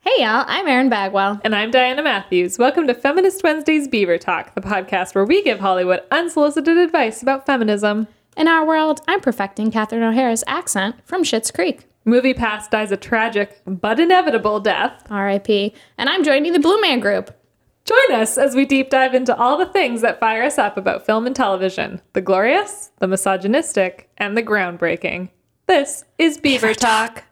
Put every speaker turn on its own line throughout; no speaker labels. Hey y'all, I'm Erin Bagwell.
And I'm Diana Matthews. Welcome to Feminist Wednesday's Beaver Talk, the podcast where we give Hollywood unsolicited advice about feminism.
In our world, I'm perfecting Catherine O'Hara's accent from Schitt's Creek.
Movie Pass dies a tragic but inevitable death.
R.I.P. And I'm joining the Blue Man Group.
Join us as we deep dive into all the things that fire us up about film and television the glorious, the misogynistic, and the groundbreaking. This is Beaver, Talk.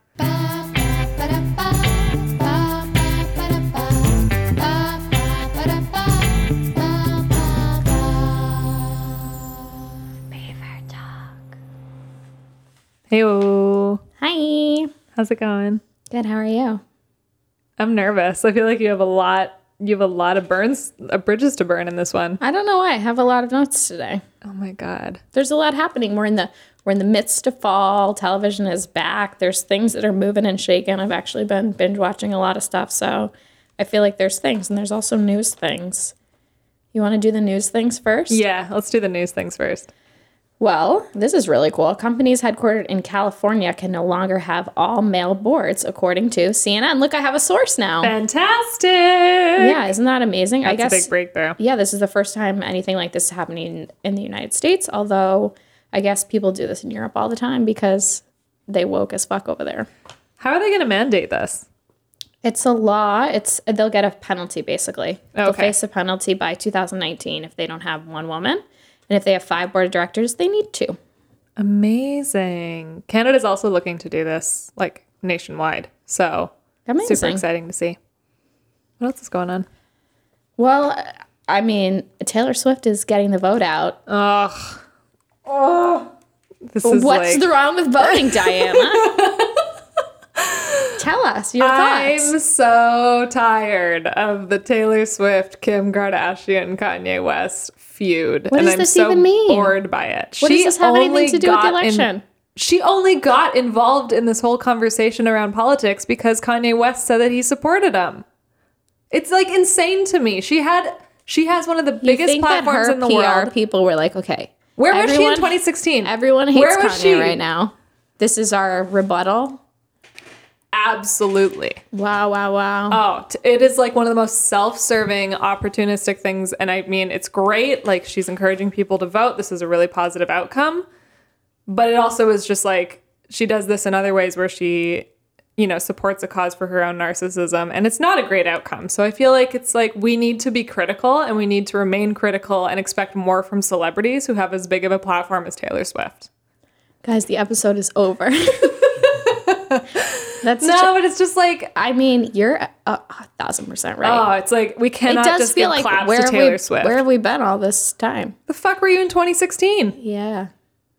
Hey,
Hi.
how's it going?
Good, how are you?
I'm nervous. I feel like you have a lot. You have a lot of burns, uh, bridges to burn in this one.
I don't know why I have a lot of notes today.
Oh my god.
There's a lot happening. We're in the we're in the midst of fall. Television is back. There's things that are moving and shaking. I've actually been binge watching a lot of stuff, so I feel like there's things and there's also news things. You want to do the news things first?
Yeah, let's do the news things first.
Well, this is really cool. Companies headquartered in California can no longer have all male boards, according to CNN. Look, I have a source now.
Fantastic.
yeah, isn't that amazing? I
That's
guess.
a big breakthrough.
yeah, this is the first time anything like this is happening in the United States. Although, I guess people do this in Europe all the time because they woke as fuck over there.
How are they going to mandate this?
It's a law. It's they'll get a penalty basically. They'll
Okay.
face a penalty by 2019 if they don't have one woman, and if they have five board of directors, they need two.
Amazing. Canada's also looking to do this like nationwide. So
Amazing.
super exciting to see. What else is going on?
Well, I mean, Taylor Swift is getting the vote out.
Ugh. Oh. This is
What's
like
the wrong with voting, Diana? Tell us your thoughts.
I'm so tired of the Taylor Swift, Kim Kardashian, Kanye West feud.
What
and
does
I'm
this
so
even mean?
bored by it.
What does this have anything to do with the election?
she only got involved in this whole conversation around politics because Kanye West said that he supported him. It's like insane to me. She had she has one of the
You
biggest
think that
platforms
her
in the
PR
world.
people were like, okay,
Where was she in
everyone-
2016?
Everyone hates
Where was
Kanye
she?
right now. This is our rebuttal.
Absolutely.
Wow, wow, wow.
Oh, t- it is like one of the most self-serving, opportunistic things, and I mean, it's great. Like she's encouraging people to vote. This is a really positive outcome, but it also is just like she does this in other ways where she, you know, supports a cause for her own narcissism, and it's not a great outcome. So I feel like it's like we need to be critical, and we need to remain critical, and expect more from celebrities who have as big of a platform as Taylor Swift.
Guys, the episode is over. That's such a-
No, but it's just like.
I mean, you're a, a thousand percent right.
Oh, it's like we
it
cannot
does
just
feel like
give claps
where
to
have,
Taylor
we,
Swift.
where have we been all this time?
the fuck were you in 2016?
Yeah.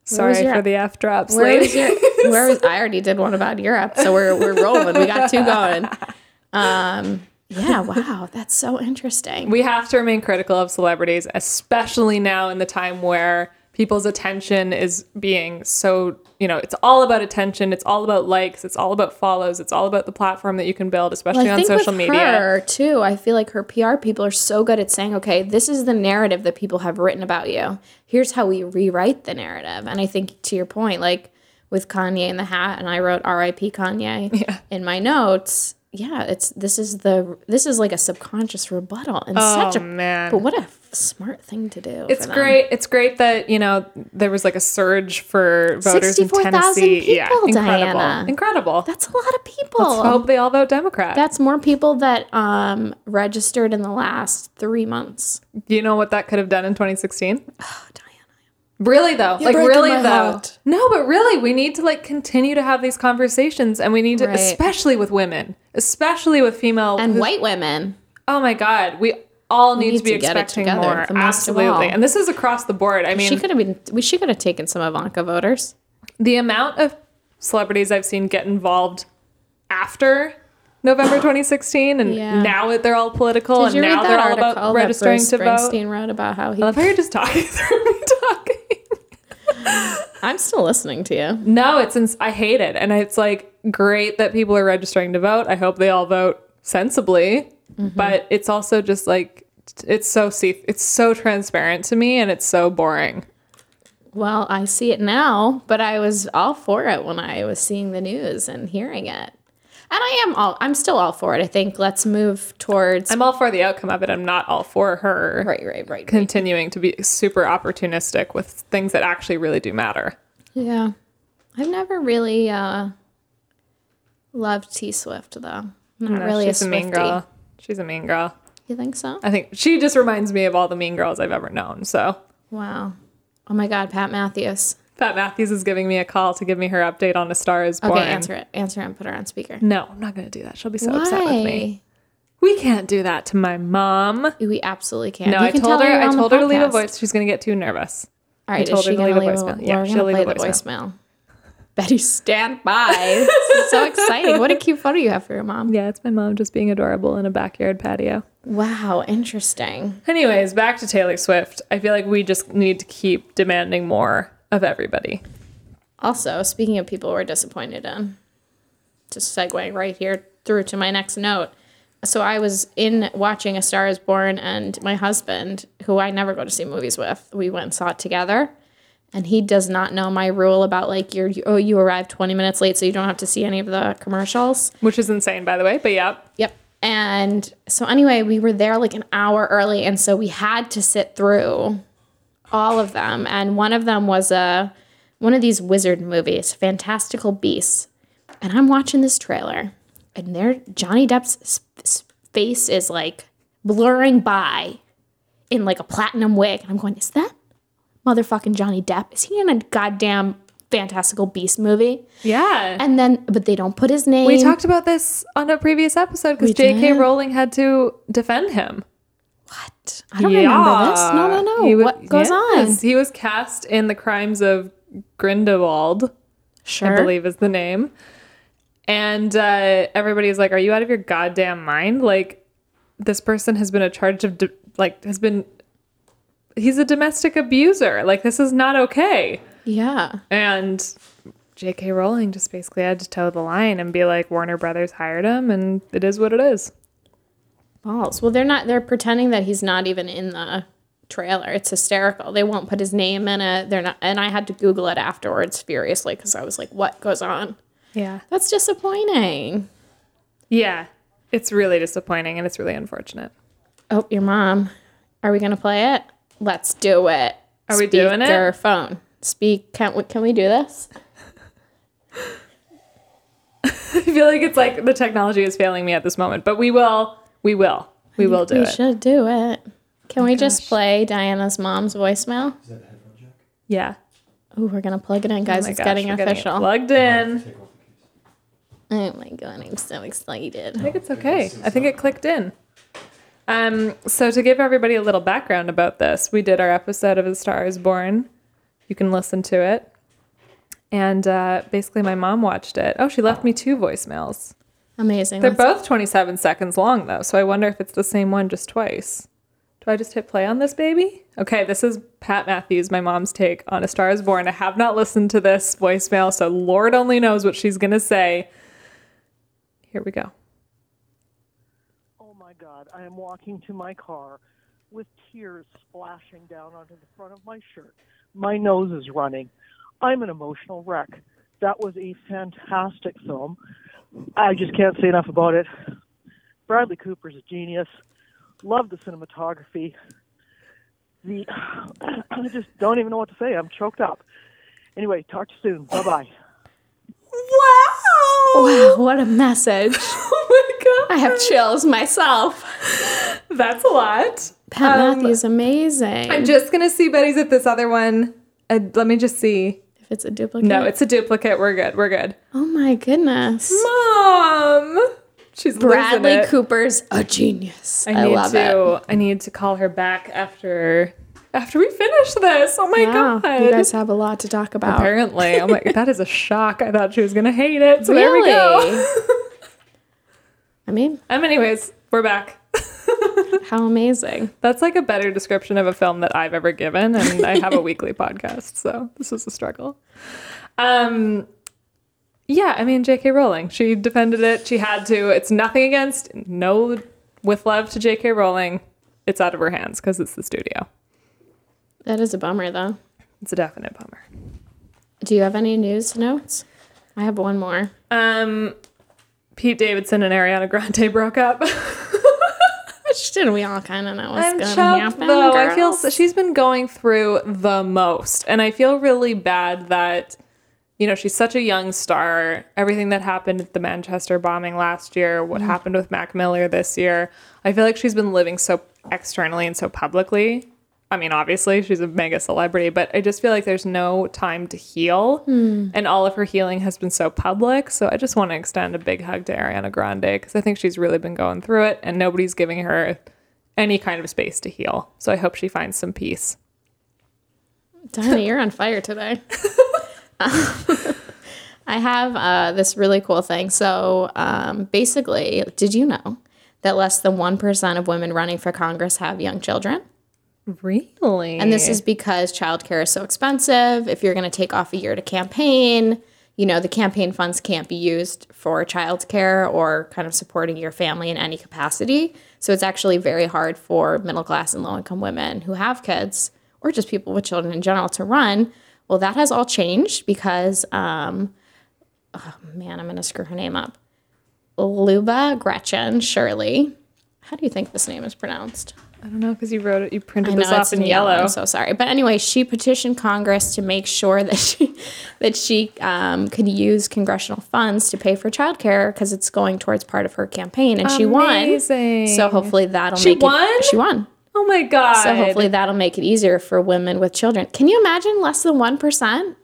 Sorry
was your-
for the F drops,
Where was
ladies.
your? Where was? I already did one about Europe, so we're we're rolling. We got two going. Um. Yeah. Wow. That's so interesting.
we have to remain critical of celebrities, especially now in the time where people's attention is being so, you know, it's all about attention, it's all about likes, it's all about follows, it's all about the platform that you can build, especially
I
on
think
social
with
media.
her too. I feel like her PR people are so good at saying, "Okay, this is the narrative that people have written about you. Here's how we rewrite the narrative." And I think to your point, like with Kanye and the hat, and I wrote "R.I.P. Kanye" in my notes. Yeah, it's this is the this is like a subconscious rebuttal and such a
Oh, man.
But what a f- smart thing to do.
It's
for them.
great. It's great that, you know, there was like a surge for voters in
64,000
Tennessee.
people,
incredible.
Diana.
Incredible.
That's a lot of people.
I hope they all vote Democrat.
That's more people that um, registered in the last three months.
you know what that could have done in 2016?
Oh, Diana.
Really though, like
breaking
really
my
though.
heart.
No, but really, we need to like continue to have these conversations, and we need to,
Right.
especially with women, especially with female.
And white women.
oh my God, we all need, to
need
be
to get it
expecting
together,
more.
the most of all.
Absolutely, and this is across the board. I mean,
she could have been. We she could have taken some Ivanka voters.
the amount of celebrities I've seen get involved after November 2016, and
Yeah.
now they're all political,
Did
and
you read
now they're
that
all
article that
about registering
Bruce
to vote.
Springsteen wrote about how
I
he?
love how you're just talking through me talking.
I'm still listening to you.
No, it's ins- I hate it, and it's like great that people are registering to vote. I hope they all vote sensibly,
Mm-hmm.
but it's also just like t- it's so see it's so transparent to me, and it's so boring.
Well, I see it now, but I was all for it when I was seeing the news and hearing it. I am all I'm still all for it. I think let's move towards
I'm all for the outcome of it. I'm not all for her
right, right, right. right.
continuing to be super opportunistic with things that actually really do matter.
Yeah. I've never really uh loved T Swift though. Not
No,
really a
she's a, mean
Swifty.
girl. She's a mean girl.
You think so?
I think she just reminds me of all the mean girls I've ever known. So
Wow. Oh my god, Pat Matthews.
Pat Matthews is giving me a call to give me her update on A Star Is
Okay,
Born.
answer it. Answer it and put her on speaker.
No, I'm not going to do that. She'll be so
Why?
upset with me. We can't do that to my mom. No,
We absolutely can't. You
I
can
told
tell
her.
you're
I
on the
told her to leave a
podcast.
voice. She's going to get too nervous.
All right,
told
is
her
she
to leave
gonna
a
leave a
voicemail.
voicemail?
Yeah,
we're
she'll
gonna
leave
play
a
the
voicemail.
voicemail. Betty, stand by. this is so exciting. What a cute photo you have for your mom.
Yeah, it's my mom just being adorable in a backyard patio.
Wow, interesting.
Anyways, back to Taylor Swift. I feel like we just need to keep demanding more of everybody.
Also, speaking of people we're disappointed in, just segueing right here through to my next note. So I was in watching A Star Is Born, and my husband, who I never go to see movies with, we went and saw it together. And he does not know my rule about like you're you, oh you arrive twenty minutes late, so you don't have to see any of the commercials.
Which is insane, by the way. But yeah,
Yep. And so anyway, we were there like an hour early, and so we had to sit through all of them. And one of them was a one of these wizard movies, Fantastical Beasts. And I'm watching this trailer, and there Johnny Depp's s- s- face is like blurring by in like a platinum wig, and I'm going, is that motherfucking Johnny Depp? Is he in a goddamn Fantastical Beast movie?
yeah.
And then, but they don't put his name.
we talked about this on a previous episode because
We
J.K.
did.
Rowling had to defend him.
What? I don't remember this. No, no, no.
He wa-
what goes
yes, He was cast in The Crimes of Grindelwald,
on? Sure.
I believe is the name. And uh, everybody's like, "Are you out of your goddamn mind? Like, this person has been a charge of do- like has been." He's a domestic abuser. Like this is not okay.
Yeah.
And J.K. Rowling just basically had to toe the line and be like, Warner Brothers hired him, and it is what it is.
Balls. Well, they're not. They're pretending that he's not even in the trailer. It's hysterical. They won't put his name in it. They're not. And I had to Google it afterwards furiously because I was like, "What goes on?"
Yeah.
That's disappointing.
Yeah. It's really disappointing and it's really unfortunate.
Oh, your mom. Are we gonna play it? Let's do it.
Are we doing it?
Speaker phone. Speak. Can we, can we do this?
I feel like it's like the technology is failing me at this moment, but we will, we will, we will do
we
it. Oh
should do it. Can we just play Diana's mom's voicemail?
Is that a headphone jack?
Yeah.
Oh, we're gonna plug it in,
Oh
guys.
my
it's
gosh,
getting
we're it
official.
plugged in.
Take off the
oh
case.
my god, I'm so
I
excited.
think it's okay. I think it clicked in. Um, so to give everybody a little background about this, we did our episode of The Star Is Born. You can listen to it. And uh, basically, my mom watched it. Oh, she left me two voicemails.
Amazing.
They're
Let's-
both 27 seconds long, though, so I wonder if it's the same one just twice. Do I just hit play on this baby? Okay, this is Pat Matthews, my mom's take on A Star is Born. I have not listened to this voicemail, so Lord only knows what she's going to say. Here we go.
Oh my God, I am walking to my car with tears splashing down onto the front of my shirt. My nose is running. I'm an emotional wreck. That was a fantastic film. I just can't say enough about it. Bradley Cooper's a genius. Love the cinematography. The I just don't even know what to say. I'm choked up. Anyway, talk to you soon. Bye bye.
Wow!
wow, what a message.
Oh my
I have chills myself.
God. That's a lot.
Pat
Um,
Matthews, amazing.
I'm just going to see Betty's at this other one. Uh, let me just see.
if it's a duplicate.
No, it's a duplicate. We're good. We're good.
Oh my goodness.
Mom! She's losing
Bradley
it.
Cooper's a genius. I,
I need
love it.
to. Oh I need to call her back after after we finish this. Oh my
Wow,
god!
you guys have a lot to talk about.
Apparently, I'm like that is a shock. I thought she was gonna hate it. So there we
Really?
go.
I mean,
um. Anyways, we're back.
how amazing.
That's like a better description of a film that I've ever given, and I have a weekly podcast, so this is a struggle. Um. Yeah, I mean J.K. Rowling. She defended it. She had to. It's nothing against. No, with love to J.K. Rowling. It's out of her hands because it's the studio.
That is a bummer, though.
It's a definite bummer.
Do you have any news notes? I have one more.
Um, Pete Davidson and Ariana Grande broke up.
Didn't we all kind of know what's
I'm
going to
shocked
happen?
though. I feel
girls?
so, she's been going through the most, and I feel really bad that you know she's such a young star. Everything that happened at the Manchester bombing last year,
Mm.
what happened with Mac Miller this year, I feel like she's been living so externally and so publicly. I mean, obviously she's a mega celebrity, but I just feel like there's no time to heal,
Hmm.
and all of her healing has been so public. So I just want to extend a big hug to Ariana Grande because I think she's really been going through it, and nobody's giving her any kind of space to heal. So I hope she finds some peace.
Tony, you're on fire today. I have uh, this really cool thing. So um, basically, did you know that less than 1% of women running for Congress have young children?
Really?
And this is because childcare is so expensive. If you're going to take off a year to campaign, you know, the campaign funds can't be used for childcare or kind of supporting your family in any capacity. So it's actually very hard for middle class and low income women who have kids or just people with children in general to run. Well, that has all changed because, um, oh man, I'm going to screw her name up. Luba Gretchen Shirley. How do you think this name is pronounced?
I don't know because you wrote it, you printed
I
this
know,
off
it's
in yellow.
I'm so sorry. But anyway, she petitioned Congress to make sure that she that she um, could use congressional funds to pay for childcare because it's going towards part of her campaign, and she won.
Amazing.
So hopefully that'll
She
make
won?
It, she won.
oh my god!
So hopefully that'll make it easier for women with children. Can you imagine less than one percent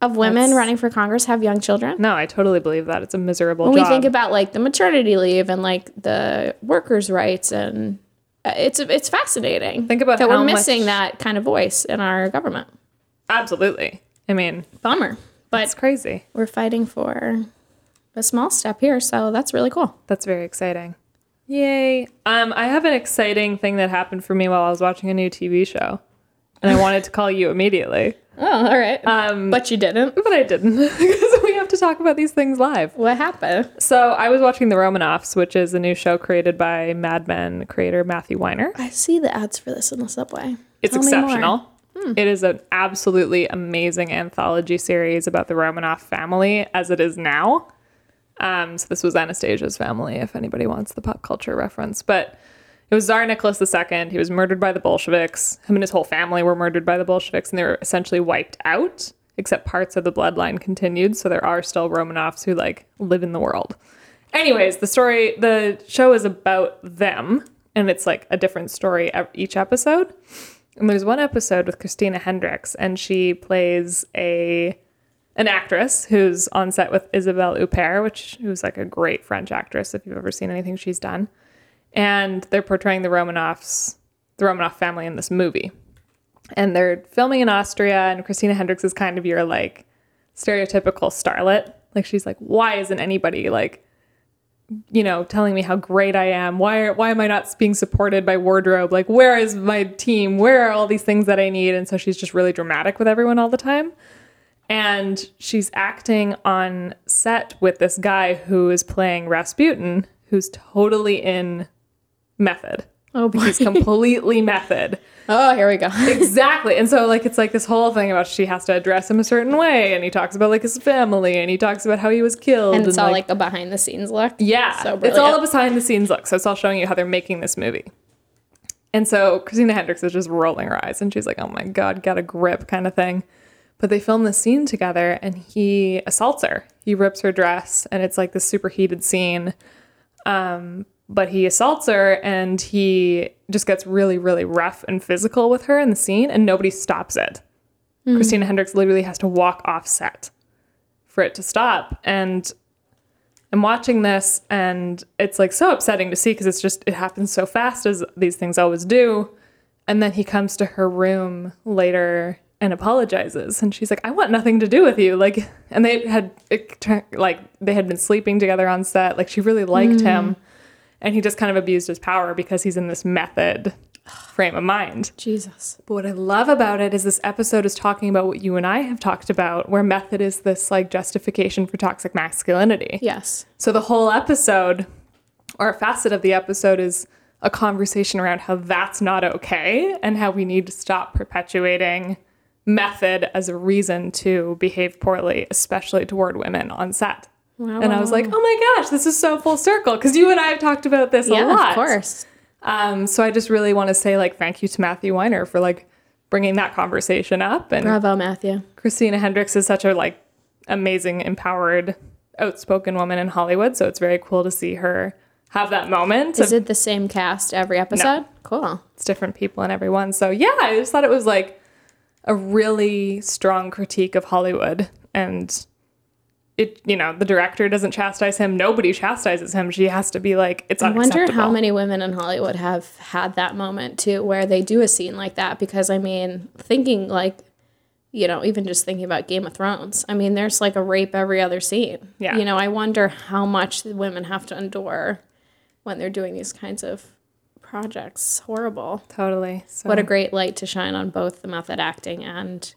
of women running for Congress have young children?
no, I totally believe that. It's a miserable
When we
job.
think about like the maternity leave and like the workers' rights and uh, it's it's fascinating.
Think about
that
how
we're
much-
missing that kind of voice in our government.
Absolutely. I mean,
Bummer, but
it's crazy.
we're fighting for a small step here, so that's really cool.
That's very exciting. Yay! Um, I have an exciting thing that happened for me while I was watching a new TV show, and I wanted to call you immediately,
Oh, all right. Um, but you didn't.
but I didn't because we have to talk about these things live.
What happened?
So I was watching The Romanoffs, which is a new show created by Mad Men creator Matthew Weiner.
I see the ads for this in the subway.
It's
Tell me more. Hmm.
exceptional. It is an absolutely amazing anthology series about the Romanoff family as it is now. Um, so this was Anastasia's family, if anybody wants the pop culture reference. But it was Tsar Nicholas II. He was murdered by the Bolsheviks. Him and his whole family were murdered by the Bolsheviks, and they were essentially wiped out. Except parts of the bloodline continued, so there are still Romanovs who like live in the world. Anyways, the story, the show is about them, and it's like a different story ev- each episode. And there's one episode with Christina Hendricks, and she plays a an actress who's on set with Isabelle Huppert, which who's like a great French actress if you've ever seen anything she's done. And they're portraying the Romanovs, the Romanov family in this movie. And they're filming in Austria, and Christina Hendricks is kind of your like stereotypical starlet. Like she's like, why isn't anybody like you know, telling me how great I am. Why are, why am I not being supported by wardrobe? Like, where is my team? Where are all these things that I need? And so she's just really dramatic with everyone all the time. And she's acting on set with this guy who is playing Rasputin, who's totally in method.
Oh, boy.
He's completely method.
oh, here we go.
Exactly. And so like it's like this whole thing about she has to address him a certain way and he talks about like his family and he talks about how he was killed
and it's all like, a behind the scenes look.
yeah,
So
it's all
brilliant.
a behind the scenes look. So it's all showing you how they're making this movie. And so Christina Hendricks is just rolling her eyes and she's like, oh my God, got a grip kind of thing. But they film this scene together and he assaults her. He rips her dress and it's like this superheated scene. Um, but he assaults her and he just gets really, really rough and physical with her in the scene and nobody stops it.
Hmm.
Christina Hendricks literally has to walk off set for it to stop. And I'm watching this and it's like so upsetting to see because it's just, it happens so fast as these things always do. And then he comes to her room later and apologizes. And she's like, I want nothing to do with you. Like, and they had, it, tur- like, they had been sleeping together on set. Like, she really liked him. And he just kind of abused his power because he's in this method frame of mind.
Jesus.
But what I love about it is this episode is talking about what you and I have talked about, where method is this like justification for toxic masculinity.
Yes.
So the whole episode, or a facet of the episode, is a conversation around how that's not okay and how we need to stop perpetuating method as a reason to behave poorly, especially toward women on set.
Wow,
and I
wow,
was
wow.
like, oh my gosh, this is so full circle. Because you and I have talked about this a
yeah,
lot.
of course.
Um, so I just really want to say like thank you to Matthew Weiner for like bringing that conversation up. And
Bravo, Matthew.
Christina Hendricks is such a like amazing, empowered, outspoken woman in Hollywood. So it's very cool to see her have that moment.
Is
of-
it the same cast every episode? Cool.
it's different people and everyone. So yeah, I just thought it was like a really strong critique of Hollywood and it you know the director doesn't chastise him nobody chastises him she has to be like it's
I wonder how
unacceptable.
many women in Hollywood have had that moment too, where they do a scene like that. Because I mean, thinking like, you know, even just thinking about Game of Thrones, I mean, there's like a rape every other scene.
Yeah.
You know, I wonder how much the women have to endure when they're doing these kinds of projects. Horrible.
totally so
What a great light to shine on both the method acting and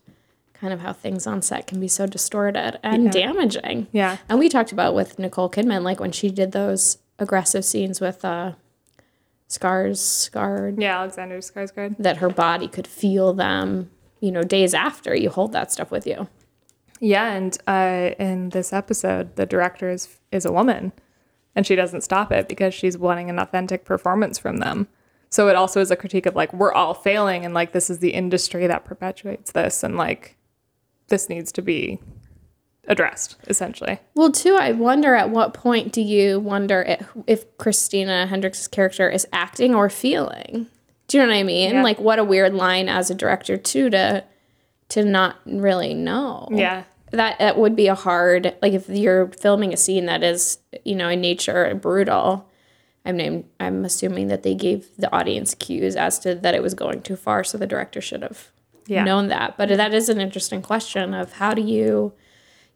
kind of how things on set can be so distorted and damaging.
yeah
And we talked about with Nicole Kidman, like when she did those aggressive scenes with uh, scars, scarred,
yeah alexander skarsgård
that her body could feel them, you know, days after you hold that stuff with you.
Yeah, and uh, in this episode, the director is is a woman, and she doesn't stop it because she's wanting an authentic performance from them. So it also is a critique of like we're all failing, and like this is the industry that perpetuates this, and like this needs to be addressed essentially.
Well, too, I wonder at what point do you wonder i- if Christina Hendricks' character is acting or feeling? Do you know what I mean?
Yeah.
Like, what a weird line as a director, too, to to not really know.
Yeah,
that that would be a hard like if you're filming a scene that is you know in nature brutal i'm named i'm assuming that they gave the audience cues as to that it was going too far so the director should have
Yeah.
known that but that is an interesting question of how do you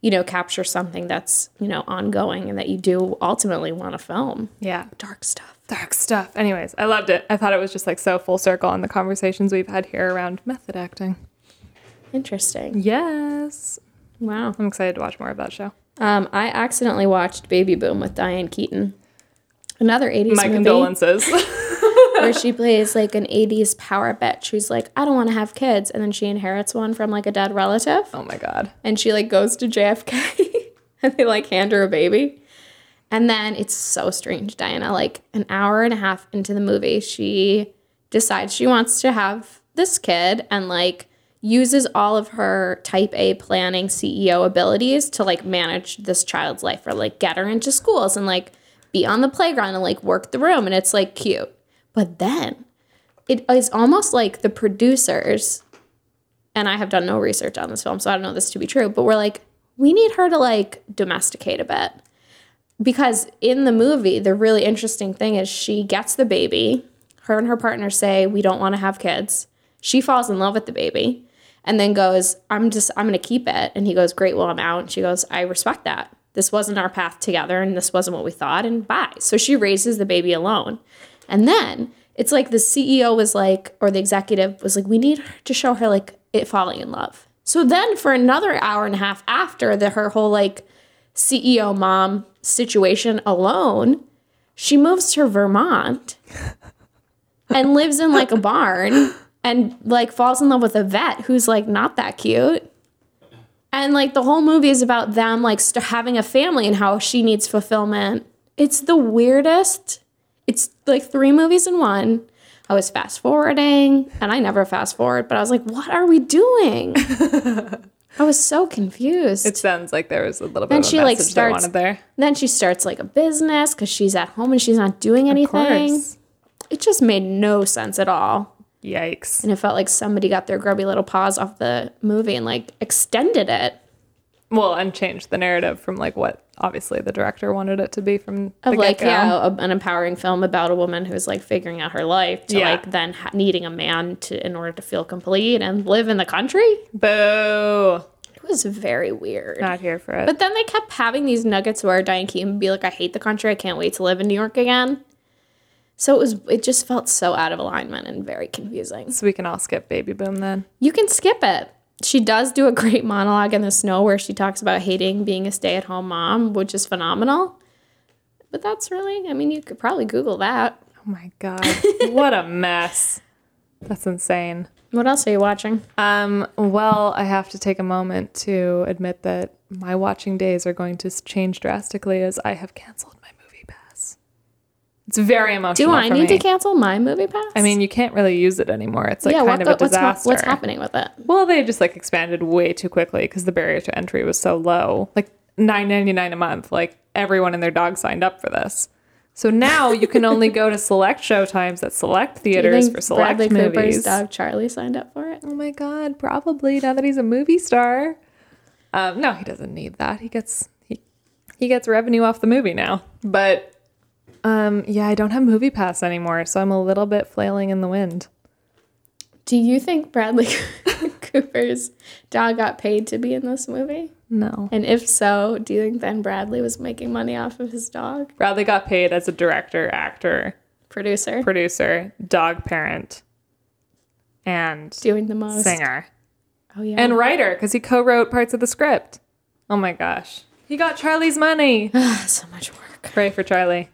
you know capture something that's you know ongoing and that you do ultimately want to film
yeah.
dark stuff
Dark stuff. Anyways, I loved it. I thought it was just like so full circle on the conversations we've had here around method acting.
interesting
Yes,
wow
I'm excited to watch more of that show.
um i accidentally watched baby boom with diane keaton another 80s
My
movie.
condolences.
where she plays like an 80s power bitch who's like, I don't want to have kids. And then she inherits one from like a dead relative.
oh my god.
And she like goes to JFK and they like hand her a baby. And then it's so strange, Diana. Like an hour and a half into the movie, she decides she wants to have this kid and like uses all of her type A planning CEO abilities to like manage this child's life or like get her into schools and like be on the playground and like work the room. And it's like cute. But then it is almost like the producers, and I have done no research on this film, so I don't know this to be true, but we're like, we need her to like domesticate a bit. Because in the movie, the really interesting thing is she gets the baby. Her and her partner say, We don't want to have kids. She falls in love with the baby and then goes, I'm just, I'm going to keep it. And he goes, Great, well, I'm out. And she goes, I respect that. This wasn't our path together and this wasn't what we thought. And bye. So she raises the baby alone. And then it's like the CEO was like, or the executive was like, we need her to show her like it falling in love. So then for another hour and a half after the her whole like CEO E mom situation alone, she moves to Vermont and lives in like a barn and like falls in love with a vet who's like not that cute. And like the whole movie is about them like st- having a family and how she needs fulfillment. It's the weirdest. It's like three movies in one. I was fast forwarding and I never fast forward, but I was like, what are we doing? I was so confused.
It sounds like there was a little bit
Then
of a
she, like,
message they
starts-
wanted there.
Then she starts like a business because she's at home and she's not doing anything. It just made no sense at all.
Yikes.
And it felt like somebody got their grubby little paws off the movie and like extended it.
Well, and changed the narrative from like what obviously the director wanted it to be from
Of
the
like,
get-go.
yeah, a, an empowering film about a woman who's like figuring out her life to
Yeah.
like then ha- needing a man to in order to feel complete and live in the country.
Boo.
It was very weird.
Not here for it.
But then they kept having these nuggets where Diane Keaton would be like, I hate the country. I can't wait to live in New York again. So it was, it just felt so out of alignment and very confusing.
so we can all skip Baby Boom then.
You can skip it. She does do a great monologue in the snow where she talks about hating being a stay at home mom, which is phenomenal. But that's really, I mean, you could probably Google that.
Oh my God. what a mess. That's insane.
What else are you watching?
Um, well, I have to take a moment to admit that my watching days are going to s- change drastically as I have canceled my movie pass. It's very
Do
emotional.
I
for
need to
me.
cancel my movie pass?
I mean, you can't really use it anymore. It's like
yeah,
kind
what
of
the,
a
what's, ha-
disaster.
what's happening with it?
Well, they just like expanded way too quickly because the barrier to entry was so low, like nine ninety nine a month. Like everyone and their dog signed up for this. So now you can only go to select show times at select
Do you
theaters
think
for select
Bradley Cooper's
movies.
dog Charlie signed up for it?
Oh my god, probably now that he's a movie star. Um, no, he doesn't need that. He gets he he gets revenue off the movie now. But um, yeah, I don't have movie pass anymore, so I'm a little bit flailing in the wind.
Do you think Bradley Cooper's dog got paid to be in this movie?
No.
And if so, do you think then Bradley was making money off of his dog?
Bradley got paid as a director, actor,
Producer
producer, dog parent, and
doing the most.
singer
Oh yeah.
and writer because he co-wrote parts of the script. Oh my gosh, he got Charlie's money.
so much work.
Pray for Charlie.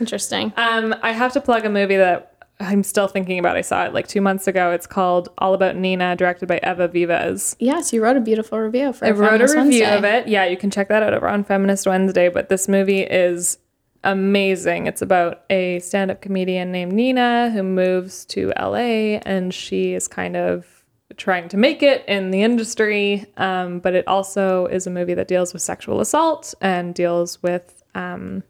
Interesting.
Um, I have to plug a movie that I'm still thinking about. I saw it like two months ago. It's called All About Nina, directed by Eva Vives.
Yes, you wrote a beautiful review for.
I wrote a
Feminist
review
Wednesday.
of it. Yeah, you can check that out over on Feminist Wednesday. But this movie is amazing. It's about a stand up comedian named Nina who moves to LA and she is kind of trying to make it in the industry. Um, but it also is a movie that deals with sexual assault and deals with, um,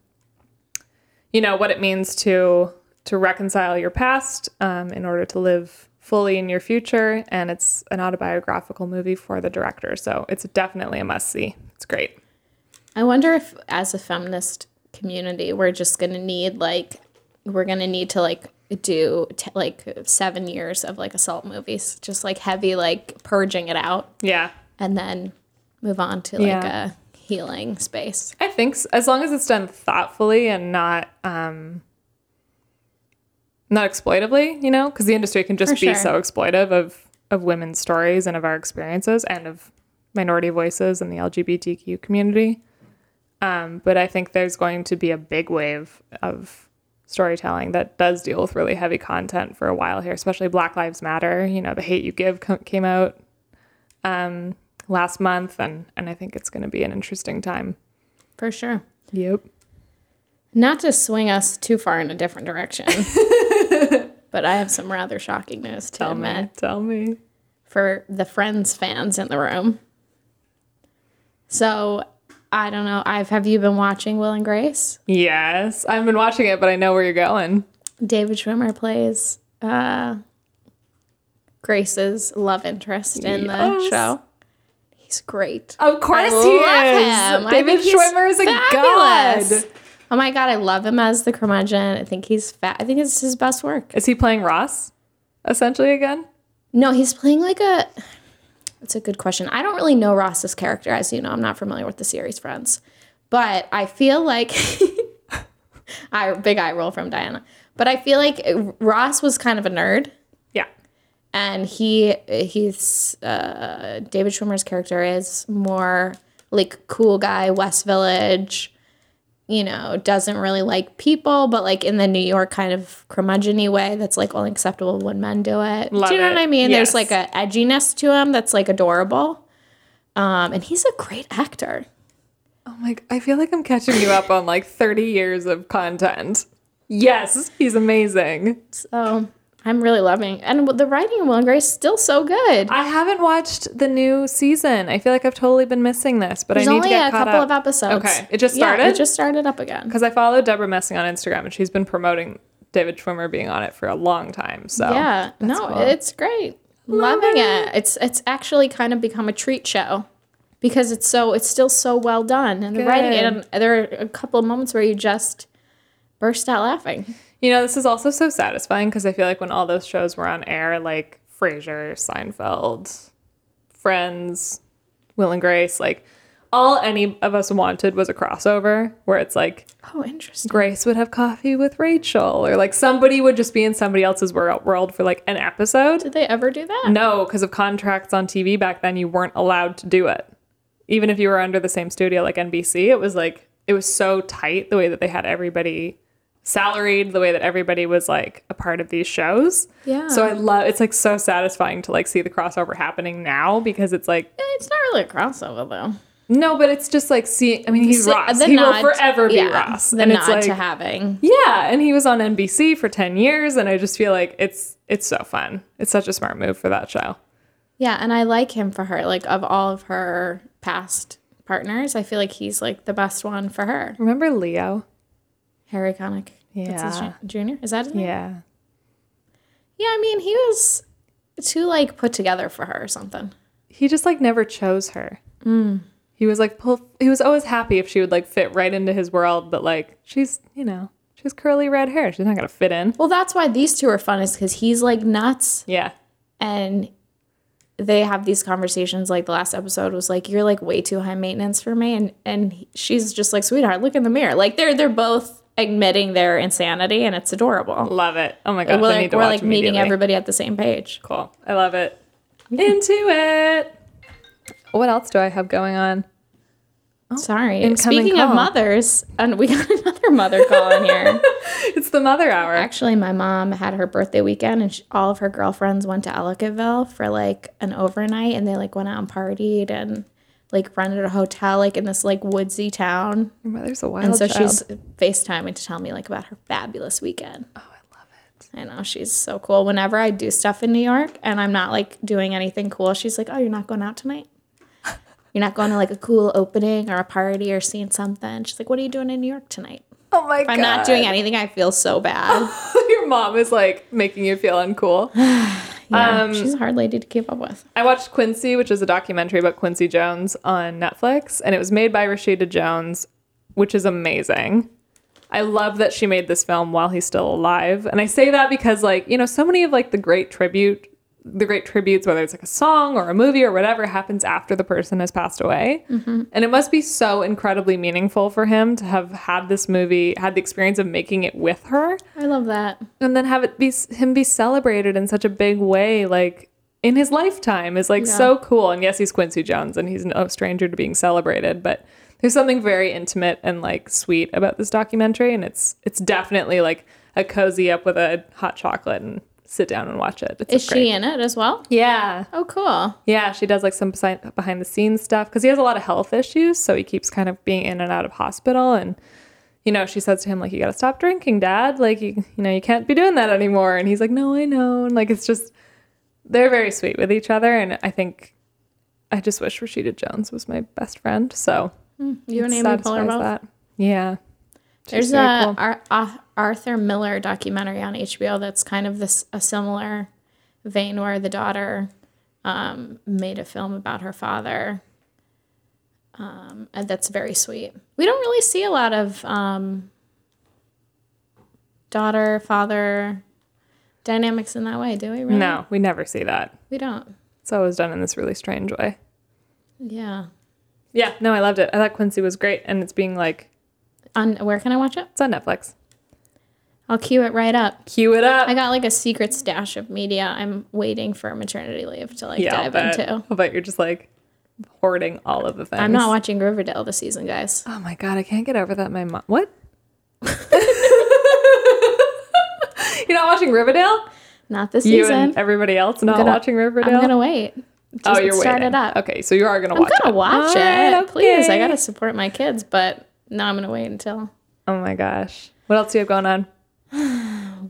you know, what it means to to reconcile your past um, in order to live fully in your future. And it's an autobiographical movie for the director, so it's definitely a must see. It's great.
I wonder if, as a feminist community, we're just gonna need like, we're gonna need to like do t- like seven years of like assault movies, just like heavy like purging it out,
Yeah.
and then move on to like
Yeah.
a healing space.
I think so. as long as it's done thoughtfully and not um not exploitively, you know, because the industry can just
For
be
sure.
so exploitive of of women's stories and of our experiences and of minority voices and the LGBTQ community. Um, but I think there's going to be a big wave of storytelling that does deal with really heavy content for a while here, especially Black Lives Matter. You know, The Hate You Give co- came out um, last month, and and I think it's going to be an interesting time.
For sure.
Yep.
Oh, Not to swing us too far in a different direction, but I have some rather shocking news to admit
Tell me.
for the Friends fans in the room. So I don't know. I've have you been watching Will and Grace?
Yes, I've been watching it, but I know where you're going.
David Schwimmer plays uh, Grace's love interest in the
Yes. Oh,
show. He's great.
Of course
I love him. I think
David
he's
Schwimmer is a
fabulous.
god.
Oh my god, I love him as the curmudgeon. I think he's fat. I think it's his best work.
Is he playing Ross essentially again?
No, he's playing like a. It's a good question. I don't really know Ross's character, as you know. I'm not familiar with the series Friends, but I feel like. I big eye roll from Diana, but I feel like Ross was kind of a nerd.
Yeah.
and he he's uh, David Schwimmer's character is more like cool guy West Village, you know, doesn't really like people, but like in the New York kind of curmudgeon way that's like only acceptable when men do it.
Love
do you know
it.
what I mean?
Yes.
There's like a edginess to him that's like adorable, um, and he's a great actor.
Oh my! I feel like I'm catching you up on like 30 years of content. Yes, he's amazing.
So I'm really loving, and the writing in Will and Grace is still so good.
I haven't watched the new season. I feel like I've totally been missing this, but
There's
I need
only
to get
a
caught
couple
up.
of episodes.
Okay, it just
Yeah,
started?
it just started up again.
because I follow Deborah Messing on Instagram and she's been promoting David Schwimmer being on it for a long time. So
Yeah.
that's
No,
cool.
it's great. Loving it. It's it's actually kind of become a treat show because it's so it's still so well done and the writing
Good.
and there are a couple of moments where you just burst out laughing.
you know this is also so satisfying because I feel like when all those shows were on air, like Frasier, Seinfeld, Friends, Will and Grace, like all any of us wanted was a crossover where it's like
Oh, interesting.
Grace would have coffee with Rachel or like somebody would just be in somebody else's wor- world for like an episode.
Did they ever do that?
No, because of contracts on TV back then, you weren't allowed to do it. Even if you were under the same studio like NBC, it was like, it was so tight the way that they had everybody salaried the way that everybody was like a part of these shows.
Yeah.
So I love it's like so satisfying to like see the crossover happening now because it's like
It's not really a crossover though.
no, but it's just like seeing. I mean, he's
So,
Ross.
the
He
nod-
will forever be
yeah,
Ross.
The
and
nod
it's like,
to having.
yeah, and he was on NBC for ten years, and I just feel like it's it's so fun. It's such a smart move for that show.
Yeah, and I like him for her. Like of all of her past partners, I feel like he's like the best one for her.
Remember Leo?
Harry Connick. That's his
Yeah.
ju- junior. Is that his name?
Yeah,
Yeah, I mean, he was too like put together for her or something.
he just like never chose her.
Mm.
He was like pull, he was always happy if she would like fit right into his world, but like she's you know she's curly red hair. She's not gonna fit in.
Well, that's why these two are fun is because he's like nuts
Yeah,
and they have these conversations like the last episode was like you're like way too high maintenance for me and and he- she's just like sweetheart look in the mirror like they're they're both admitting their insanity and it's adorable
love it. Oh my god,
we're
I
like,
need to
we're
watch
like meeting
immediately.
everybody at the same page
Cool. I love it. Into it. What else do I have going on?
sorry
Oh, incoming
speaking
call.
of mothers and we got another mother call in here
It's the mother hour.
Actually, my mom had her birthday weekend, and she, all of her girlfriends went to Ellicottville for like an overnight, and they like went out and partied and like rented a hotel like in this like woodsy town.
Your mother's a wild
And so
child.
she's FaceTiming to tell me like about her fabulous weekend. Oh, I love it. I know she's so cool. Whenever I do stuff in New York and I'm not like doing anything cool, she's like, "Oh, you're not going out tonight." You're not going to like a cool opening or a party or seeing something. She's like, "What are you doing in New York tonight?"
oh my god.
I'm not doing anything. I feel so bad.
Your mom is like making you feel uncool.
Yeah,
Um,
she's a hard lady to keep up with.
I watched Quincy, which is a documentary about Quincy Jones on Netflix, and it was made by Rashida Jones, which is amazing. I love that she made this film while he's still alive. And I say that because like, you know, so many of like the great tribute the great tributes, whether it's like a song or a movie or whatever, happens after the person has passed away. And it must be so incredibly meaningful for him to have had this movie, had the experience of making it with her
I love that.
and then have it be him be celebrated in such a big way like in his lifetime is like so cool and yes he's quincy jones and he's no stranger to being celebrated but there's something very intimate and like sweet about this documentary and it's it's definitely like a cozy up with a hot chocolate and sit down and watch it it's
Is
great.
she in it as well?
yeah
Oh, cool.
yeah she does like some besi- behind the scenes stuff because he has a lot of health issues so he keeps kind of being in and out of hospital and you know, she says to him, like, you gotta stop drinking, dad. Like, you, you know, you can't be doing that anymore. And he's like, no, I know. And like, it's just, they're very sweet with each other. And I think, I just wish Rashida Jones was my best friend. So,
You and
it
Amy Poehler
satisfies
both.
Yeah.
There's
very
a
cool.
Ar- Ar- Arthur Miller documentary on HBO that's kind of this a similar vein where the daughter um, made a film about her father, um, and that's very sweet. We don't really see a lot of um, daughter father dynamics in that way, do we? Really?
No, we never see that.
we don't.
It's always done in this really strange way.
Yeah.
Yeah. No, I loved it. I thought Quincy was great. And it's being like,
On where can I watch it?
it's on Netflix.
I'll cue it right up.
Cue it up.
I got like a secret stash of media. I'm waiting for maternity leave to like
yeah.
dive
but,
into.
but you're just like hoarding all of the things.
I'm not watching Riverdale this season, guys.
Oh my god, I can't get over that. My mom. What? You're not watching Riverdale?
Not this
You
season.
and everybody else not
gonna-
watching Riverdale?
I'm gonna wait.
oh,
Just
you're
start
waiting.
it up.
Okay, so you are gonna
I'm
watch
gonna
it.
watch it.
Alright,
Please, I
okay.
gotta support my kids, but no, I'm gonna wait until.
Oh my gosh, what else do you have going on?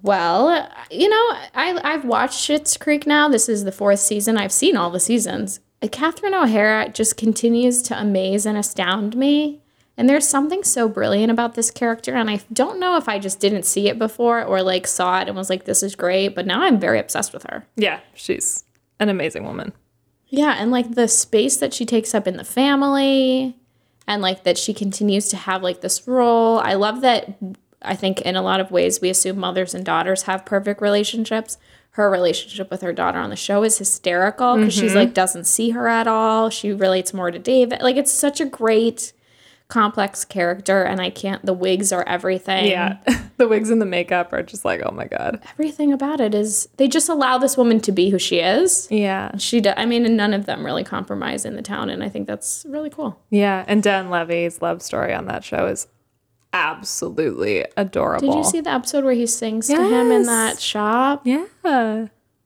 Well, you know, I I've watched Schitt's Creek now. This is the fourth season. I've seen all the seasons. Uh, Catherine O'Hara just continues to amaze and astound me. And there's something so brilliant about this character. And I don't know if I just didn't see it before or like saw it and was like, this is great. But now I'm very obsessed with her.
Yeah, she's an amazing woman.
Yeah, and like the space that she takes up in the family and like that she continues to have like this role. I love that I think in a lot of ways we assume mothers and daughters have perfect relationships. Her relationship with her daughter on the show is hysterical because she's like doesn't see her at all. She relates more to David. Like it's such a great complex character and I can't the wigs are everything.
Yeah, the wigs and the makeup are just like, oh my god.
Everything about it is they just allow this woman to be who she is.
Yeah,
She does. I mean, and none of them really compromise in the town, and I think that's really cool.
yeah, and Dan Levy's love story on that show is absolutely adorable.
Did you see the episode where he sings to him in
Yes.
that shop?
Yeah,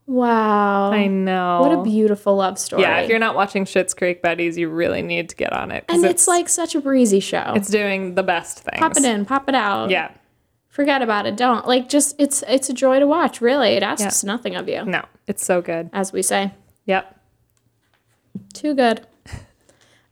Wow.
I know.
What a beautiful love story.
Yeah, if you're not watching Shit's Creek Buddies, you really need to get on it. 'cause
and it's, like such a breezy show.
it's doing the best things.
pop it in, pop it out.
Yeah,
Forget about it. Don't. Like just it's it's a joy to watch, really. It asks
Yeah. Mm.
nothing of you,
no, it's so good.
as we say.
Yep,
Too good.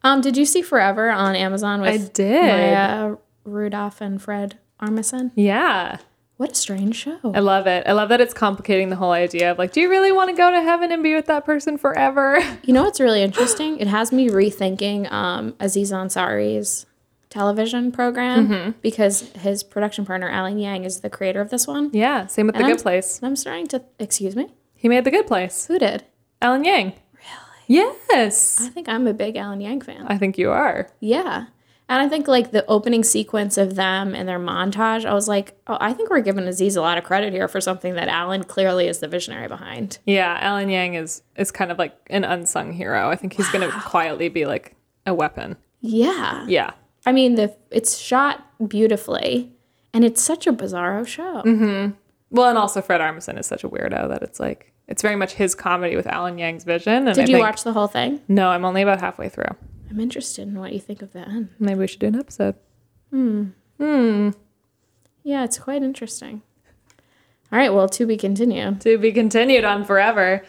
Um, did you see Forever on Amazon with
I did.
Maya Rudolph and Fred Armisen?
Yeah,
What a strange show.
I love it. I love that it's complicating the whole idea of like, do you really want to go to heaven and be with that person forever?
You know what's really interesting? It has me rethinking um, Aziz Ansari's television program
Mm-hmm.
because his production partner Alan Yang is the creator of this one.
yeah, same with
And
The
I'm-
Good Place.
And I'm starting to. Excuse me.
He made The Good Place.
Who did?
Alan Yang. Really? Yes.
I think I'm a big Alan Yang fan.
I think you are.
Yeah. And I think like the opening sequence of them and their montage, I was like, oh, I think we're giving Aziz a lot of credit here for something that Alan clearly is the visionary behind.
Yeah, Alan Yang is is kind of like an unsung hero. I think he's going to quietly be like a weapon.
Yeah.
Yeah.
I mean, the it's shot beautifully, and it's such a bizarro show.
Mm-hmm. Well, and also Fred Armisen is such a weirdo that it's like it's very much his comedy with Alan Yang's vision. And I
Did you
think-
watch the whole thing?
No, I'm only about halfway through.
I'm interested in what you think of the end.
Maybe we should do an episode.
Yeah, it's quite interesting. All right, well, to be continued.
to be continued on forever.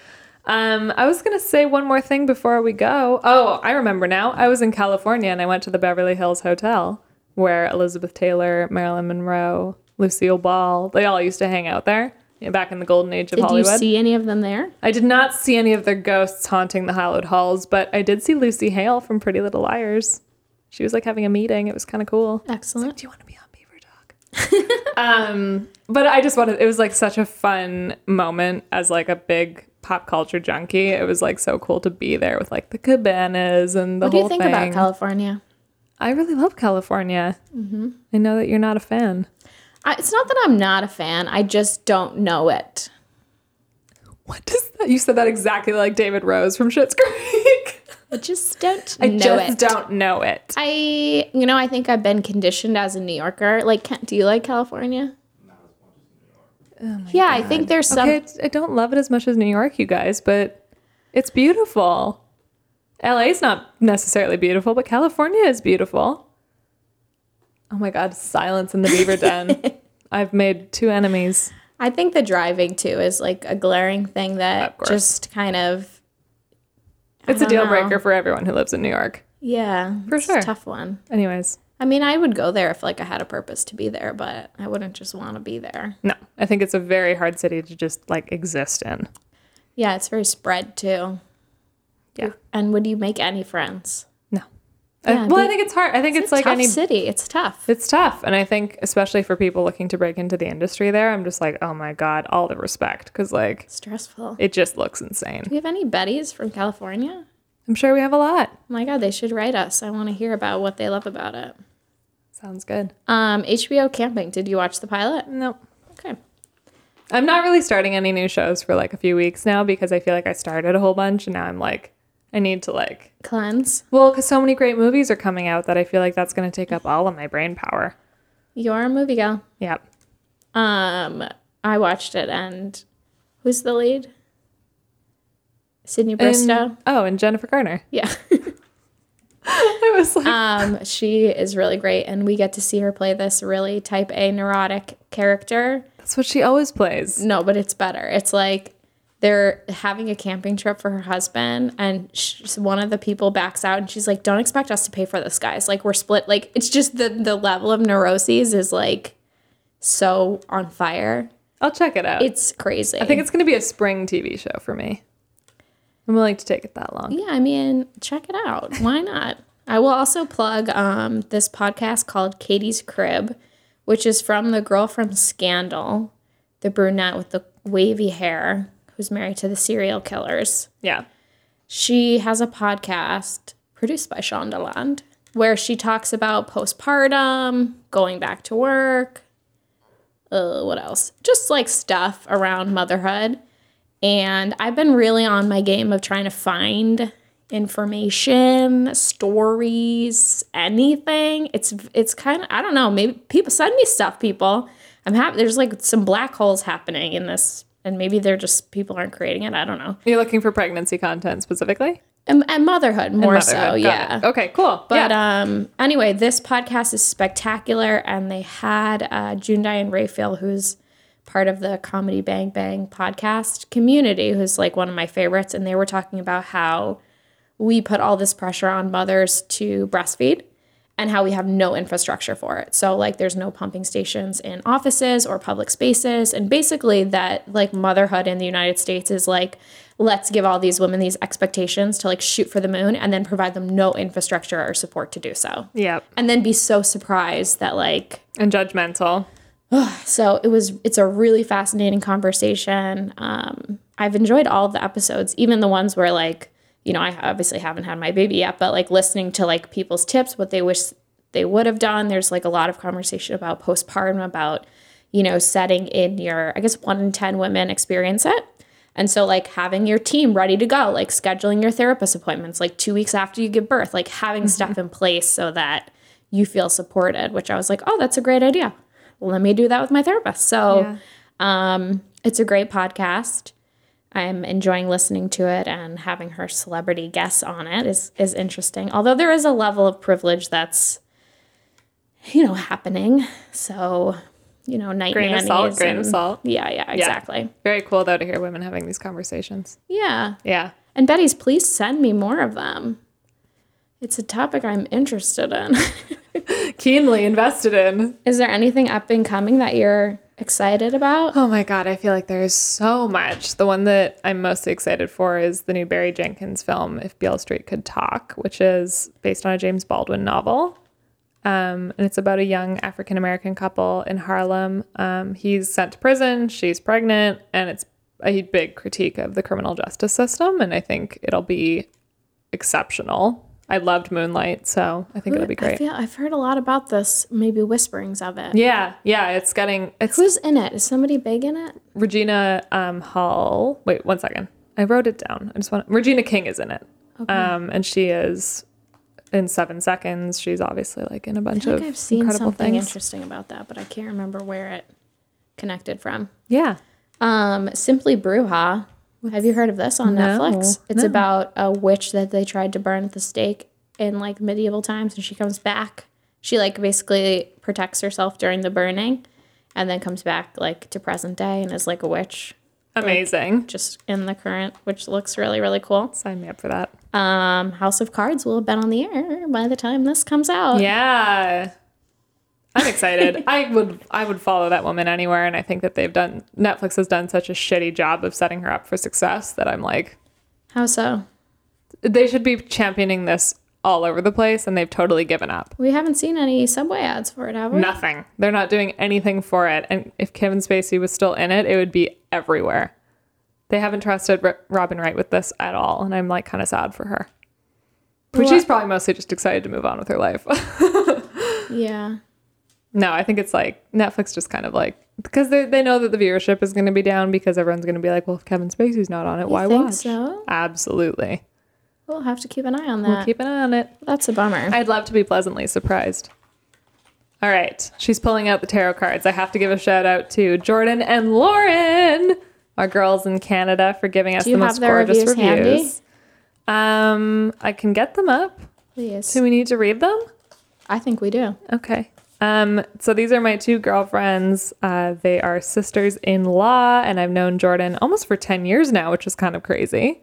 Um, I was gonna say one more thing before we go. Oh, I remember now. I was in California and I went to the Beverly Hills Hotel where Elizabeth Taylor, Marilyn Monroe, Lucille Ball, they all used to hang out there you know, back in the golden age of
Did you
Hollywood.
see any of them there?
I did not see any of their ghosts haunting the hallowed halls, but I did see Lucy Hale from Pretty Little Liars. She was like having a meeting. It was kind of cool.
Excellent.
Do you want to be on Beaver Dog? um, but I just wanted. It was like such a fun moment as like a big pop culture junkie. It was like so cool to be there with like the cabanas and the
What do
whole
you think
thing.
about California?
I really love California.
Mm-hmm.
I know that you're not a fan.
I, it's not that I'm not a fan, I just don't know it.
What does that? You said that exactly like David Rose from Schitt's Creek.
I just don't
I
know
just
it.
don't know it.
I, you know, I think I've been conditioned as a New Yorker. Like, can, do you like California? yeah, I think there's some.
Oh okay, it's- I don't love it as much as New York, you guys, but it's beautiful. LA is not necessarily beautiful, but California is beautiful. Oh my God, silence in the beaver den. I've made two enemies.
I think the driving too is like a glaring thing that
Of course.
just kind of,
It's a
don't
deal
know.
breaker for everyone who lives in New York.
yeah,
For
it's
sure.
a tough one.
Anyways,
I mean, I would go there if like I had a purpose to be there, but I wouldn't just want to be there.
no, I think it's a very hard city to just like exist in.
Yeah, it's very spread too.
Yeah.
And would you make any friends?
No. I-
Yeah,
Uh, well, I
be-
think it's hard. I think it's,
It's
like
tough
any
city. It's tough.
It's tough. And I think, especially for people looking to break into the industry there, I'm just like, oh my God, all the respect. Cause like,
Stressful.
it just looks insane.
Do you have any buddies from California?
I'm sure we have a lot.
Oh my God, they should write us. I want to hear about what they love about it.
Sounds good.
Um, HBO Camping. Did you watch the pilot?
No.
Okay.
I'm not really starting any new shows for like a few weeks now because I feel like I started a whole bunch and now I'm like, I need to like,
Cleanse.
well, because so many great movies are coming out that I feel like that's going to take up all of my brain power.
You're a movie gal.
Yep.
Um, I watched it, and who's the lead? Sydney Bristow.
And- oh, and Jennifer Garner.
yeah.
I was like,
um, she is really great, and we get to see her play this really type A neurotic character.
that's what she always plays.
No, but it's better. It's like they're having a camping trip for her husband, and sh one of the people backs out, and she's like, "Don't expect us to pay for this, guys. Like we're split. Like it's just the the level of neuroses is like so on fire.
I'll check it out.
It's crazy.
I think it's going to be a spring TV show for me. I'm willing to take it that long.
yeah. I mean, check it out. Why not? I will also plug um, this podcast called Katie's Crib, which is from the girl from Scandal, the brunette with the wavy hair who's married to the serial killers.
Yeah.
She has a podcast produced by Shondaland where she talks about postpartum, going back to work, uh, what else? Just like stuff around motherhood. And I've been really on my game of trying to find information, stories, anything. It's it's kind of I don't know. Maybe people send me stuff. People, I'm happy. There's like some black holes happening in this, and maybe they're just people aren't creating it. I don't know.
You're looking for pregnancy content specifically?
And, and motherhood more so,
Motherhood. Got
yeah.
it. Okay, cool.
But
yeah.
um, anyway, this podcast is spectacular, and they had uh, June Diane Raphael, who's part of the Comedy Bang Bang podcast community, who's like one of my favorites, and they were talking about how we put all this pressure on mothers to breastfeed and how we have no infrastructure for it. So like there's no pumping stations in offices or public spaces and basically that like motherhood in the United States is like let's give all these women these expectations to like shoot for the moon and then provide them no infrastructure or support to do so.
yeah.
And then be so surprised that like
And judgmental.
so it was it's a really fascinating conversation um, i've enjoyed all the episodes even the ones where like you know i obviously haven't had my baby yet but like listening to like people's tips what they wish they would have done there's like a lot of conversation about postpartum about you know setting in your i guess one in ten women experience it and so like having your team ready to go like scheduling your therapist appointments like two weeks after you give birth like having stuff in place so that you feel supported which i was like oh that's a great idea let me do that with my therapist. So um, it's a great podcast. I'm enjoying listening to it and having her celebrity guests on it is is interesting. Although there is a level of privilege that's you know happening. So, you know, night
Grain of
nannies
salt, grain of
and-
salt.
Yeah, yeah, exactly.
Very cool though to hear women having these conversations.
Yeah.
Yeah.
And Betty's, please send me more of them. It's a topic I'm interested in.
Keenly invested in.
is there anything up and coming that you're excited about?
Oh my god, I feel like there is so much. The one that I'm most excited for is the new Barry Jenkins film, If Beale Street Could Talk, which is based on a James Baldwin novel. Um, and it's about a young African American couple in Harlem. Um, he's sent to prison, she's pregnant, and it's a big critique of the criminal justice system. And I think it'll be exceptional. I loved Moonlight, so I think it'll be
I
great.
feel I've heard a lot about this, maybe whisperings of it.
Yeah, yeah, it's getting it's
Who's in it? Is somebody big in it?
Regina um, Hall. Wait, one second. I wrote it down. I just want Regina King is in it, um, and she is in seven seconds. She's obviously like in a
I
bunch
feel like
of
I've seen
incredible
something
things.
interesting about that, but I can't remember where it connected from.
Yeah,
Um, Simply Bruja. Have you heard of this on
No,
Netflix? It's
no.
about a witch that they tried to burn at the stake in like medieval times, and she comes back. She like basically protects herself during the burning, and then comes back like to present day and is like a witch,
amazing.
just in the current, which looks really really cool.
Sign me up for that.
Um, House of Cards will have been on the air by the time this comes out.
Yeah. I'm excited. I would I would follow that woman anywhere and I think that they've done Netflix has done such a shitty job of setting her up for success that I'm like
How so?
they should be championing this all over the place and they've totally given up.
We haven't seen any subway ads for it, have we?
Nothing. They're not doing anything for it. And if Kevin Spacey was still in it, it would be everywhere. They haven't trusted R- Robin Wright with this at all. And I'm like kind of sad for her. But she's probably mostly just excited to move on with her life.
Yeah.
no, I think it's like Netflix just kind of like, because they, they know that the viewership is going to be down because everyone's going to be like, well, if Kevin Spacey's not on it, why
think
watch?
so? Uh,
Absolutely.
We'll have to keep an eye on
We'll
that.
keep an eye on it.
That's a bummer.
I'd love to be pleasantly surprised. All right, she's pulling out the tarot cards. I have to give a shout out to Jordan and Lauren, our girls in Canada, for giving us
Do you
the
have
most
their
gorgeous
reviews handy?
reviews. Um, I can get them up.
Please.
Do we need to read them?
I think we do.
Okay. Um, so these are my two girlfriends. Uh, they are sisters in law, and I've known Jordan almost for 10 years now, which is kind of crazy.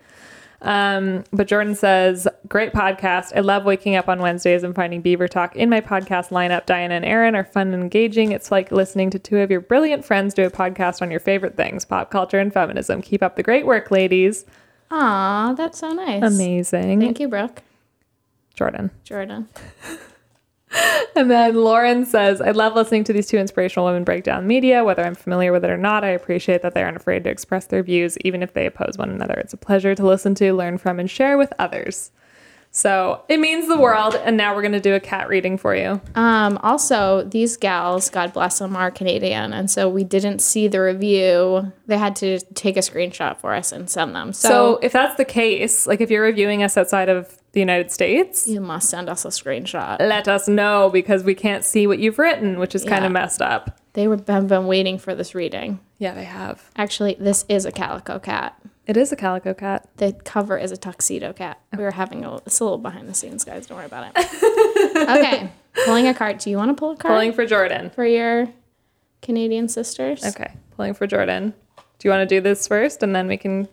Um, but Jordan says, Great podcast. I love waking up on Wednesdays and finding Beaver Talk in my podcast lineup. Diana and Aaron are fun and engaging. It's like listening to two of your brilliant friends do a podcast on your favorite things pop culture and feminism. Keep up the great work, ladies.
Aw, that's so nice.
Amazing.
Thank you, Brooke.
Jordan.
Jordan.
And then Lauren says, I love listening to these two inspirational women break down media. Whether I'm familiar with it or not, I appreciate that they aren't afraid to express their views, even if they oppose one another. It's a pleasure to listen to, learn from, and share with others. So it means the world. And now we're going to do a cat reading for you.
Um, also, these gals, God bless them, are Canadian, and so we didn't see the review. They had to take a screenshot for us and send them. So,
So if that's the case, like if you're reviewing us outside of the United States,
you must send us a screenshot.
let us know because we can't see what you've written, which is kind
Yeah.
of messed up.
They were, have been waiting for this reading.
Yeah, they have.
Actually, this is a calico cat.
It is a calico cat.
The cover is a tuxedo cat.
Oh.
We were having a, it's a little behind the scenes, guys. Don't worry about it. okay, pulling a cart. Do you want to pull a cart
Pulling for Jordan.
for your Canadian sisters?
Okay, pulling for Jordan. Do you want to do this first and then we can?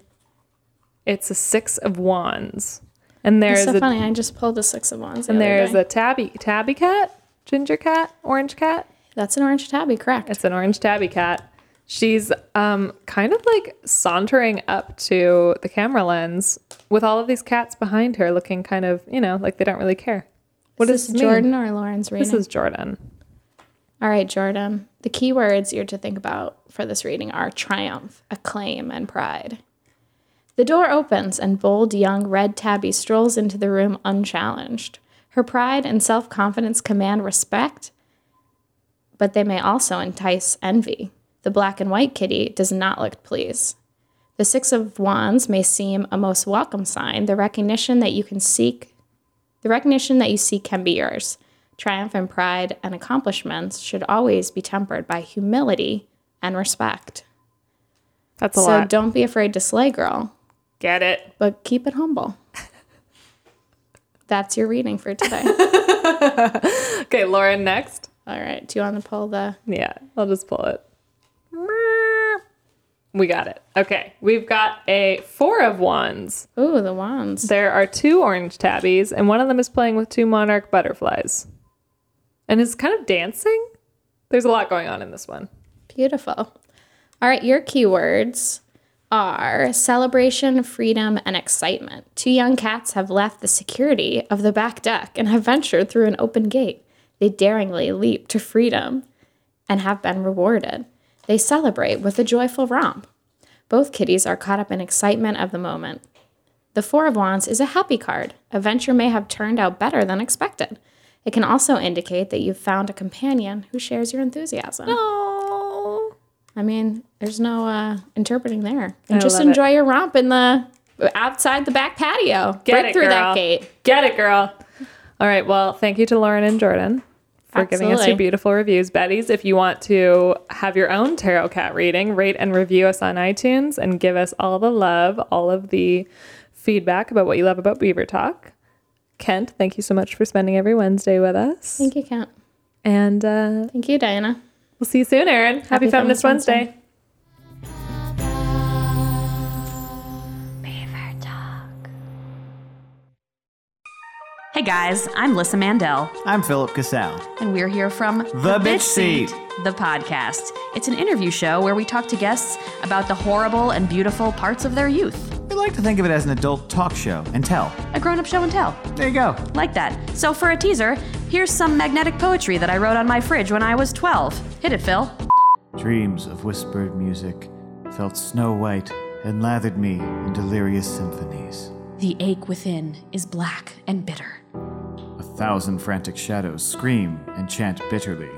It's a six of wands, and
It's
there's
so
a
funny. I just pulled a six of wands. the
and
other
there's
day.
a tabby tabby cat, ginger cat, orange cat.
That's an orange tabby, correct?
It's an orange tabby cat. She's um kind of like sauntering up to the camera lens with all of these cats behind her, looking kind of you know like they don't really care. What
Is
does
this
this mean?
Jordan or Lauren's reading?
This is Jordan.
All right, Jordan. The key words you're to think about for this reading are triumph, acclaim, and pride. The door opens, and bold young red tabby strolls into the room unchallenged. Her pride and self confidence command respect, but they may also entice envy. The black and white kitty does not look pleased. The Six of Wands may seem a most welcome sign, the recognition that you can seek the recognition that you seek can be yours. Triumph and pride and accomplishments should always be tempered by humility and respect.
That's a
So
lot.
don't be afraid to slay, girl,
Get it.
but keep it humble. That's your reading for today.
Okay, Lauren next.
All right. Do you want to pull the.
Yeah, I'll just pull it. We got it. Okay, we've got a four of wands.
Ooh, the wands.
There are two orange tabbies, and one of them is playing with two monarch butterflies, and is kind of dancing. There's a lot going on in this one.
Beautiful. All right, your keywords are celebration, freedom, and excitement. Two young cats have left the security of the back deck and have ventured through an open gate. They daringly leap to freedom and have been rewarded. They celebrate with a joyful romp. Both kitties are caught up in excitement of the moment. The Four of Wands is a happy card. A venture may have turned out better than expected. It can also indicate that you've found a companion who shares your enthusiasm.
Oh,
I mean, there's no uh, interpreting there. And
I
just
love it.
enjoy your romp in the outside the back patio.
Get
Break
it,
through
girl.
that gate.
get it, girl. All right. Well, thank you to Lauren and Jordan for giving us
Absolutely.
your beautiful reviews, Betty's. If you want to have your own tarot cat reading, rate and review us on iTunes and give us all the love, all of the feedback about what you love about Beaver Talk. Kent, thank you so much for spending every Wednesday with us.
Thank you, Kent.
And uh,
Thank you, Diana.
we'll see you soon, Erin. Happy,
Feminist
Feminist Wednesday.
Wednesday.
Beaver Talk.
Hey guys, I'm Lissa Mandel,
I'm Philip Cassell.
and we're here from The,
Bitch Seat.
the podcast. It's an interview show where we talk to guests about the horrible and beautiful parts of their youth.
We like to think of it as an adult talk show and tell.
A grown up show and tell,
There you go.
like that. So, for a teaser, here's some magnetic poetry that I wrote on my fridge when I was 12. Hit it, Phil.
Dreams of whispered music felt snow white and lathered me in delirious symphonies.
The ache within is black and bitter.
A thousand frantic shadows scream and chant bitterly.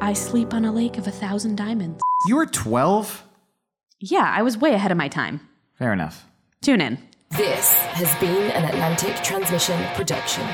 I sleep on a lake of a thousand diamonds.
You were 12?
Yeah, I was way ahead of my time.
Fair enough.
Tune in.
This has been an Atlantic Transmission production.